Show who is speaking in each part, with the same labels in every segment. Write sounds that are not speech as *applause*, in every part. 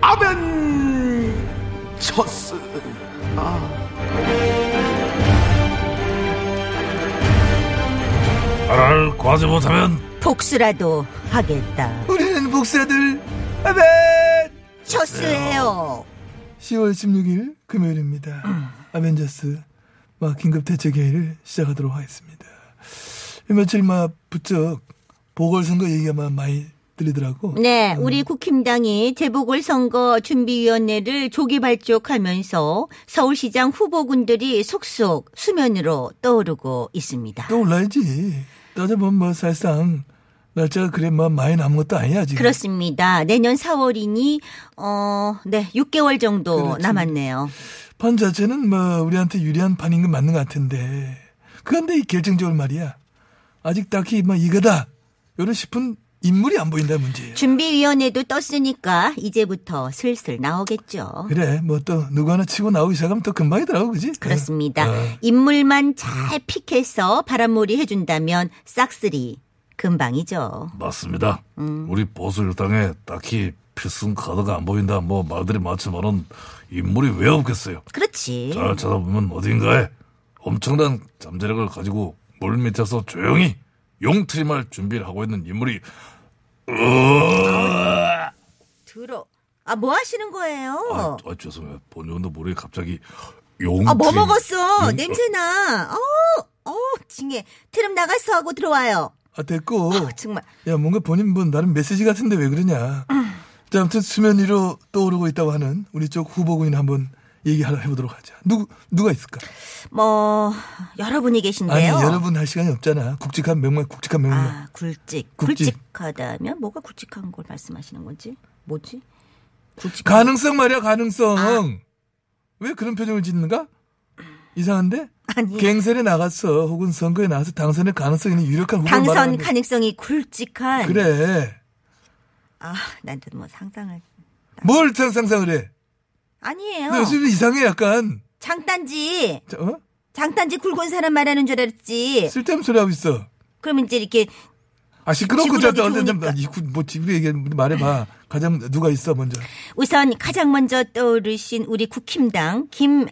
Speaker 1: 아벤처스.
Speaker 2: 나라를 구하지 못하면
Speaker 3: 복수라도 하겠다.
Speaker 4: 우리는 복수들 아멘
Speaker 3: 쳤어요.
Speaker 4: 10월 16일 금요일입니다 아벤져스 막 긴급 대책회의를 시작하도록 하겠습니다 이 며칠 막 부쩍 보궐선거 얘기가 막 많이 들리더라고
Speaker 3: 네, 우리 국힘당이 재보궐선거 준비위원회를 조기 발족하면서 서울시장 후보군들이 속속 수면으로 떠오르고 있습니다.
Speaker 4: 또 올라야지 따져보면 뭐 사실상 날짜가 그래 뭐 많이 남은 것도 아니야 지금
Speaker 3: 그렇습니다. 내년 4월이니 어, 네, 6개월 정도
Speaker 4: 그렇지.
Speaker 3: 남았네요.
Speaker 4: 판 자체는 뭐 우리한테 유리한 판인 건 맞는 것 같은데 그런데 이 결정적으로 말이야 아직 딱히 뭐 이거다 요런 싶은 인물이 안 보인다 문제예요
Speaker 3: 준비위원회도 떴으니까 이제부터 슬슬 나오겠죠.
Speaker 4: 그래 뭐 또 누구 하나 치고 나오기 시작하면 또 금방이더라고 그지?
Speaker 3: 그렇습니다.
Speaker 4: 어.
Speaker 3: 인물만 잘 픽해서 바람몰이 해준다면 싹쓸이 금방이죠.
Speaker 2: 맞습니다.
Speaker 3: 음.
Speaker 2: 우리 보수 일당에 딱히 필승 카드가 안 보인다. 뭐 말들이 많지만은 인물이 왜 없겠어요?
Speaker 3: 그렇지.
Speaker 2: 잘 찾아보면 어딘가에 엄청난 잠재력을 가지고 물 밑에서 조용히 용트림할 준비를 하고 있는 인물이
Speaker 3: 들어. 아, 뭐 하시는 거예요?
Speaker 2: 아, 아, 죄송해요. 본연도 모르게 갑자기 용트림
Speaker 3: 아, 뭐 먹었어?
Speaker 4: 음,
Speaker 2: 용-
Speaker 3: 냄새나. 어, 어, 징해. 트름 나갔어 하고 들어와요.
Speaker 4: 아 됐고
Speaker 3: 어, 정말.
Speaker 4: 야 뭔가 본인 뭐 나름 메시지 같은데 왜 그러냐 자 아무튼 수면 위로 떠오르고 있다고 하는 우리 쪽 후보군인 한번 얘기하러 해보도록 하자 누구 누가 있을까
Speaker 3: 뭐, 여러분이
Speaker 4: 아니
Speaker 3: 계신데요.
Speaker 4: 여러분 할 시간이 없잖아 굵직한 명맥 굵직한 명맥
Speaker 3: 아, 굵직.
Speaker 4: 굵직.
Speaker 3: 굵직하다면 뭐가 굵직한 걸 말씀하시는 건지? 뭐지? 굵직한
Speaker 4: 가능성 말이야 가능성
Speaker 3: 아.
Speaker 4: 왜 그런 표정을 짓는가 이상한데
Speaker 3: *laughs* 아니.
Speaker 4: 갱선에 나갔어 혹은 선거에 나가서 당선의 가능성 있는 유력한 후보
Speaker 3: 당선 가능성이 굵직한.
Speaker 4: 그래
Speaker 3: 아, 난또 뭐 상상을.
Speaker 4: 뭘 상상을 해
Speaker 3: 아니에요.
Speaker 4: 근데 요즘 이상해 약간
Speaker 3: 장단지.
Speaker 4: 자, 어?
Speaker 3: 장단지 굵은 사람 말하는 줄 알았지.
Speaker 4: 쓸데없는 소리 하고 있어.
Speaker 3: 그럼 이제 이렇게
Speaker 4: 아 시끄럽고
Speaker 3: 지구력이
Speaker 4: 저도 얼른 좀
Speaker 3: 좋으니까.
Speaker 4: 이 구- 뭐 집으로 얘기해 말해봐. 가장 누가 있어 먼저.
Speaker 3: 우선 가장 먼저 떠오르신 우리 국힘당 김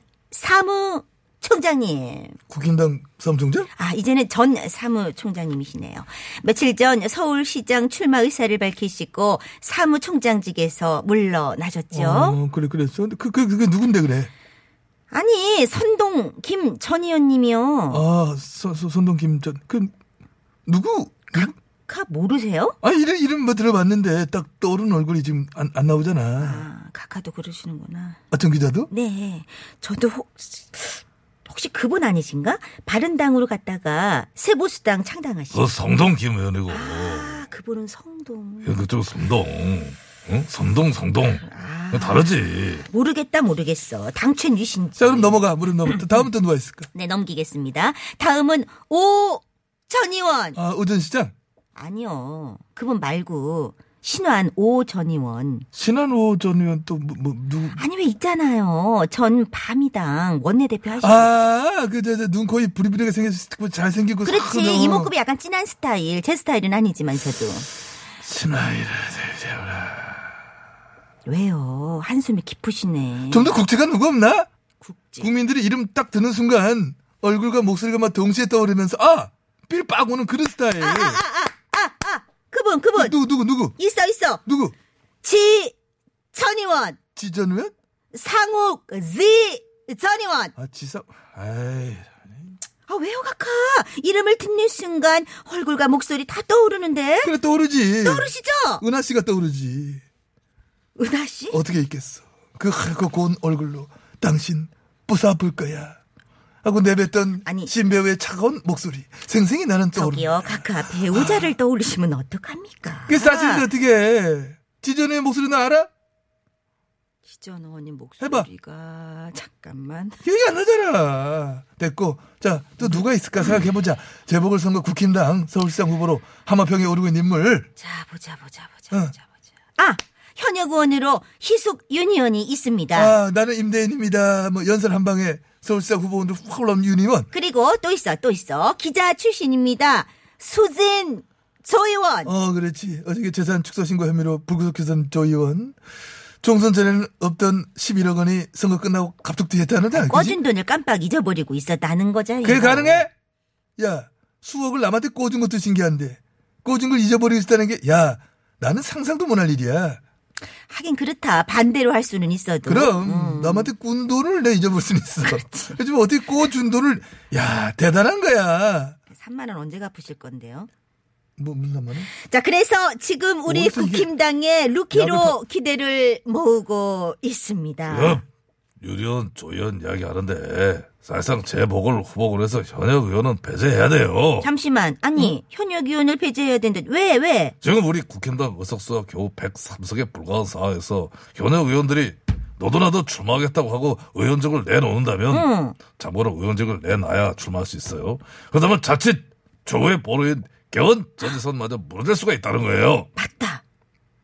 Speaker 3: 사무총장님.
Speaker 4: 국힘당 사무총장?
Speaker 3: 아, 이제는 전 사무총장님이시네요. 며칠 전 서울시장 출마 의사를 밝히시고 사무총장직에서 물러나셨죠.
Speaker 4: 어, 그래 그랬어. 근데 그, 그, 그게 누군데 그래?
Speaker 3: 아니, 선동 김 전 의원님이요.
Speaker 4: 아 서, 서, 손동 김전 그 누구? 누구?
Speaker 3: 카 모르세요?
Speaker 4: 아 이름 이름 뭐 들어봤는데 딱 떠오르는 얼굴이 지금 안, 안 나오잖아.
Speaker 3: 아, 카카도 그러시는구나.
Speaker 4: 아 전 기자도?
Speaker 3: 네. 저도 혹시, 혹시 그분 아니신가? 바른당으로 갔다가 세보수당 창당하신.
Speaker 2: 그 성동 김 의원이고 예,
Speaker 3: 아, 그분은 성동.
Speaker 2: 그쪽 성동, 응? 성동 성동
Speaker 3: 아.
Speaker 2: 다르지.
Speaker 3: 모르겠다, 모르겠어. 당최 유신지.
Speaker 4: 자 그럼 넘어가 무릎 넘어. 다음 또 누가 있을까?
Speaker 3: 네, 넘기겠습니다. 다음은 오! 전 의원!
Speaker 4: 아 의전시장
Speaker 3: 아니요. 그분 말고, 신환 오 전 의원.
Speaker 4: 신한호 전 의원 또 뭐 누구?
Speaker 3: 아니, 왜 있잖아요. 전 밤이당 원내대표 하시고.
Speaker 4: 아, 아그저저눈 코입 부리부리하게 생겼고 잘생기고
Speaker 3: 그렇지.
Speaker 4: 싹
Speaker 3: 이목구비 약간 진한 스타일. 제 스타일은 아니지만서도.
Speaker 4: 신하이라
Speaker 3: 왜요? 한숨이 깊으시네.
Speaker 4: 좀 더 국제가 누구 없나?
Speaker 3: 국지.
Speaker 4: 국민들이 이름 딱 드는 순간 얼굴과 목소리가 막 동시에 떠오르면서 아! 삘 빠고는 그런 스타일.
Speaker 3: 아, 그분, 그분.
Speaker 4: 누구 누구 누구?
Speaker 3: 있어, 있어.
Speaker 4: 누구?
Speaker 3: 지, 전 의원.
Speaker 4: 지전 의원?
Speaker 3: 상욱, 지, 전 의원.
Speaker 4: 아 지사. 아이.
Speaker 3: 아, 왜요, 각하? 이름을 듣는 순간 얼굴과 목소리 다 떠오르는데?
Speaker 4: 그래 떠오르지.
Speaker 3: 떠오르시죠?
Speaker 4: 은하 씨가 떠오르지.
Speaker 3: 은하 씨?
Speaker 4: 어떻게 있겠어? 그 하얗고 고운 얼굴로 당신 부사볼 거야. 하고 내뱉던
Speaker 3: 아니.
Speaker 4: 신배우의 차가운 목소리 생생히 나는 떠오르.
Speaker 3: 저기요, 아. 각하, 배우자를 떠올리시면 어떡합니까?
Speaker 4: 그 사실인데 어떻게 지전의 목소리 나 알아?
Speaker 3: 기전 언니
Speaker 4: 해봐.
Speaker 3: 목소리가 잠깐만.
Speaker 4: 기억이 안 나잖아. 됐고. 자, 또 누가 있을까 생각해보자. 재보궐선거 국힘당 서울시장 후보로 하마평에 오르고 있는 인물.
Speaker 3: 자 보자 보자 보자
Speaker 4: 응.
Speaker 3: 보자 보자. 아 현역 의원으로 희숙 윤 의원이 있습니다.
Speaker 4: 아, 나는 임대인입니다. 뭐, 연설 한 방에 서울시장 후보로 확 올라온 윤희원.
Speaker 3: 그리고 또 있어 또 있어 기자 출신입니다. 수진 조 의원.
Speaker 4: 어, 그렇지. 어저께 재산 축소 신고 혐의로 불구속 기선 조 의원. 총선 전에는 없던 11억 원이 선거 끝나고 갑툭튀했다는데. 어, 그지?
Speaker 3: 꺼준 돈을 깜빡 잊어버리고 있었다는 거잖아요.
Speaker 4: 그게 가능해? 야, 수억을 남한테 꿔준 것도 신기한데. 꿔준 걸 잊어버리고 있다는 게, 야, 나는 상상도 못할 일이야.
Speaker 3: 하긴 그렇다. 반대로 할 수는 있어도. 음.
Speaker 4: 그럼, 남한테 꾼 돈을 내 잊어볼 순 있어. 요즘 어떻게 꿔준 돈을, 야, 대단한 거야.
Speaker 3: 3만 원 언제 갚으실 건데요?
Speaker 4: 뭐, 무슨 상관은?
Speaker 3: 자, 그래서 지금 우리
Speaker 4: 어디서 이게-
Speaker 3: 국힘당의 루키로
Speaker 4: 야,
Speaker 3: 기대를 모으고 있습니다.
Speaker 2: 지금 유리원 조연 이야기하는데 사실상 재보궐 후보로 해서 현역 의원은 배제해야 돼요.
Speaker 3: 잠시만. 아니, 현역 의원을 폐지해야 된다. 왜, 왜?
Speaker 2: 지금 우리 국힘당 의석수가 겨우 103석에 불과한 상황에서 현역 의원들이 너도 나도 출마하겠다고 하고 의원직을
Speaker 3: 음.
Speaker 2: 내놓는다면 자고로 의원직을 내놔야 출마할 수 있어요. 그렇다면 자칫 조의 보루인 개헌 전지선마저 무너질 수가 있다는 거예요.
Speaker 3: 맞다.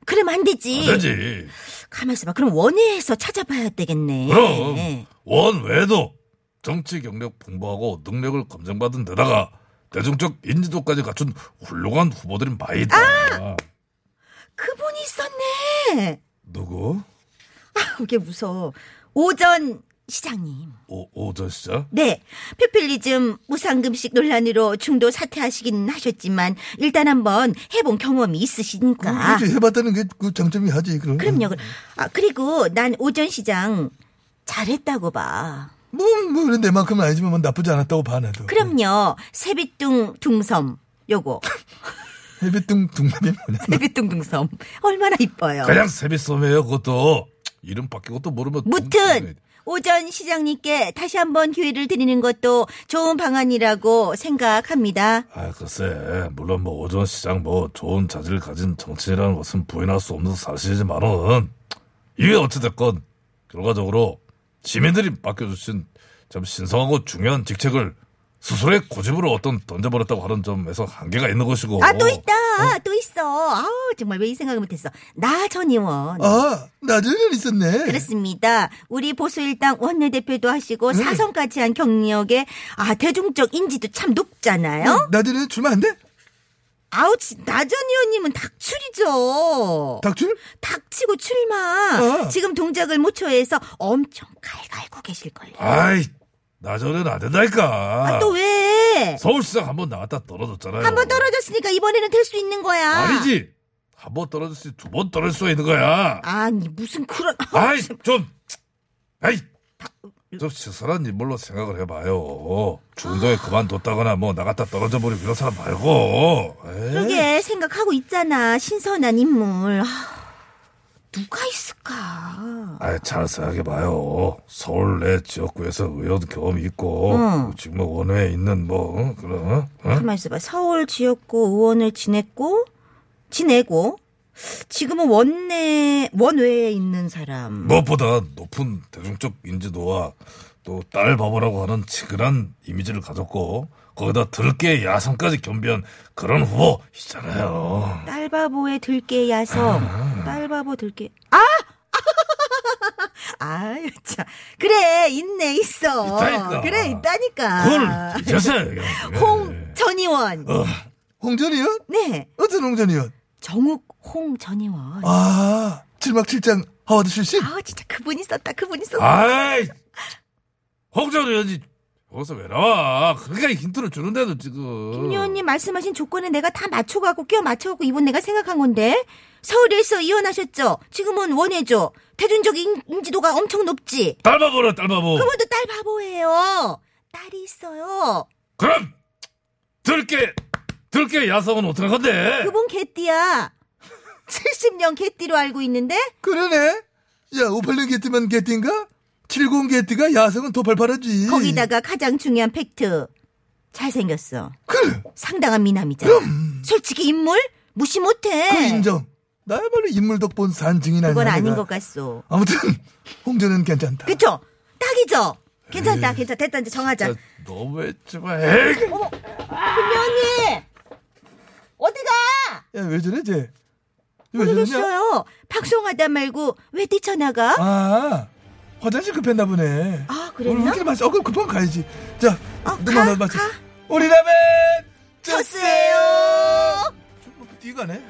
Speaker 3: 그러면 안 되지.
Speaker 2: 안 되지.
Speaker 3: 가만있어 봐. 그럼 원회에서 찾아봐야 되겠네.
Speaker 2: 그럼
Speaker 3: 네.
Speaker 2: 원 외에도 정치 경력 풍부하고 능력을 검증받은 데다가 대중적 인지도까지 갖춘 훌륭한 후보들이 많이 있다.
Speaker 3: 아! 그분이 있었네.
Speaker 2: 누구?
Speaker 3: 아, 이게 무서워. 오전 시장님.
Speaker 2: 오, 오전 시장?
Speaker 3: 네. 표필리즘 무상금식 논란으로 중도 사퇴하시긴 하셨지만 일단 한번 해본 경험이 있으시니까.
Speaker 4: 그렇지, 해봤다는 게 그 장점이 하지, 그럼.
Speaker 3: 그러니까. 그럼요. 그- 아, 그리고 난 오전 시장 잘했다고 봐.
Speaker 4: 뭐, 뭐, 그런 내만큼은 아니지만 뭐 나쁘지 않았다고 봐, 나도.
Speaker 3: 그럼요. 세빛둥 둥섬. 요거.
Speaker 4: 해비뚱 둥답이 뭐냐.
Speaker 3: 세빛둥 둥섬. 얼마나 이뻐요.
Speaker 2: 그냥 세비섬이에요 그것도 이름 바뀌고 또 모르면 네.
Speaker 3: 무튼 오전 시장님께 다시 한번 기회를 드리는 것도 좋은 방안이라고 생각합니다.
Speaker 2: 아 글쎄 물론 뭐 오전 시장 뭐 좋은 자질을 가진 정치인이라는 것은 부인할 수 없는 사실이지만은 이게 어찌됐건 결과적으로 시민들이 맡겨주신 참 신성하고 중요한 직책을 스스로의 고집으로 어떤 던져버렸다고 하는 점에서 한계가 있는 것이고
Speaker 3: 아 또 있다. 또 있어. 아우 정말 왜 이 생각을 못했어. 나 전 의원.
Speaker 4: 아, 나중에는 있었네.
Speaker 3: 그렇습니다. 우리 보수일당 원내대표도 하시고
Speaker 2: 네.
Speaker 3: 사선까지 한 경력에 아 대중적 인지도 참
Speaker 2: 네.
Speaker 3: 높잖아요.
Speaker 4: 나중에는 출마 안 돼?
Speaker 3: 아우 진- 나전 의원님은 닥출이죠.
Speaker 4: 닥출?
Speaker 3: 닥치고 출마.
Speaker 4: 어.
Speaker 3: 지금 동작을 못 초해서 엄청 갈갈고 계실 걸요.
Speaker 2: 아이 나 저는 안 된다니까
Speaker 3: 아, 또 왜?
Speaker 2: 서울시장 한번 나갔다 떨어졌잖아요
Speaker 3: 한 번 떨어졌으니까 이번에는 될 수 있는 거야.
Speaker 2: 아니지. 한 번 떨어졌으니 두 번 떨어질 수가 있는 거야.
Speaker 3: 아니, 무슨 그런
Speaker 2: 아이, 좀. 아이. 좀 시선한 인물로 생각을 해봐요. 중도에 그만뒀다거나 뭐 나갔다 떨어져 버리고 이런 사람 말고. 에이.
Speaker 3: 그러게 생각하고 있잖아. 신선한 인물. 아, 누가 있을까?
Speaker 2: 아이, 잘 생각해봐요. 서울 내 지역구에서 의원 경험이 있고,
Speaker 3: 응.
Speaker 2: 지금 뭐 원외에 있는 뭐, 응? 그런, 응?
Speaker 3: 가만 있어봐. 서울 지역구 의원을 지냈고 지내고 지금은 원내 원외에 있는 사람.
Speaker 2: 무엇보다 높은 대중적 인지도와 또 딸 바보라고 하는 치근한 이미지를 가졌고 거기다 들깨 야성까지 겸비한 그런 후보이잖아요.
Speaker 3: 딸바보의 들깨 야성.
Speaker 2: 아.
Speaker 3: 딸바보 들깨. 아! *laughs* 아유, 참. 그래, 있네, 있어.
Speaker 2: 있다니까.
Speaker 3: 그래, 있다니까.
Speaker 2: 그걸 네. 잊으세요.
Speaker 3: 아. *laughs*
Speaker 2: 예. 어.
Speaker 3: 홍 전의원.
Speaker 4: 홍전 의원?
Speaker 3: 네.
Speaker 4: 어떤 홍전 의원?
Speaker 3: 정욱 홍 전의원. 아,
Speaker 4: 아, 7막 7장 하와드 출신?
Speaker 3: 진짜 그분 있었다. 그분 있었다.
Speaker 2: 아이 홍전 의원이 거기서 왜 나와? 그러니까 힌트를 주는데도 지금.
Speaker 3: 김 의원님 말씀하신 조건에 내가 다 맞춰가고 끼워 맞춰갖고 이번 내가 생각한 건데 서울에서 이혼하셨죠. 지금은 원해죠. 대중적인 인지도가 엄청 높지.
Speaker 2: 딸 바보라 딸 바보.
Speaker 3: 그분도 딸 바보예요. 딸이 있어요.
Speaker 2: 그럼 들깨 들깨 야성은 어떡할 건데?
Speaker 3: 그분 개띠야. *laughs* 70년 개띠로 알고 있는데
Speaker 4: 그러네. 야, 586 게티만 게티인가? 70 게티가 야성은 도팔팔하지.
Speaker 3: 거기다가 가장 중요한 팩트 잘생겼어.
Speaker 4: 그래,
Speaker 3: 상당한 미남이잖아. 솔직히 인물 무시 못해.
Speaker 4: 그 인정. 나야말로 인물 덕본 산 증인 아니야.
Speaker 3: 네. 그건 아닌
Speaker 4: 내가.
Speaker 3: 것 같소.
Speaker 4: 아무튼 홍준은 괜찮다.
Speaker 3: 그쵸? 딱이죠? 괜찮다, 괜찮다. 됐다, 이제 정하자.
Speaker 2: 아, 너무했지 마. 에이,
Speaker 3: 분명히! 어디가!
Speaker 4: 야, 왜 저래 쟤? 왜 저러냐?
Speaker 3: 모르겠어요. 방송하다 말고 왜 뛰쳐나가?
Speaker 4: 아 화장실 급했나 보네.
Speaker 3: 아, 그랬나?
Speaker 4: 오늘 우리끼리 마시. 어 그럼 급한 거 가야지. 자 네,
Speaker 3: 어,
Speaker 4: 누가
Speaker 3: 가,
Speaker 4: 나 마시.
Speaker 3: 가.
Speaker 4: 우리 라멘
Speaker 3: 쳤어요!
Speaker 4: 뭐, 뛰가네.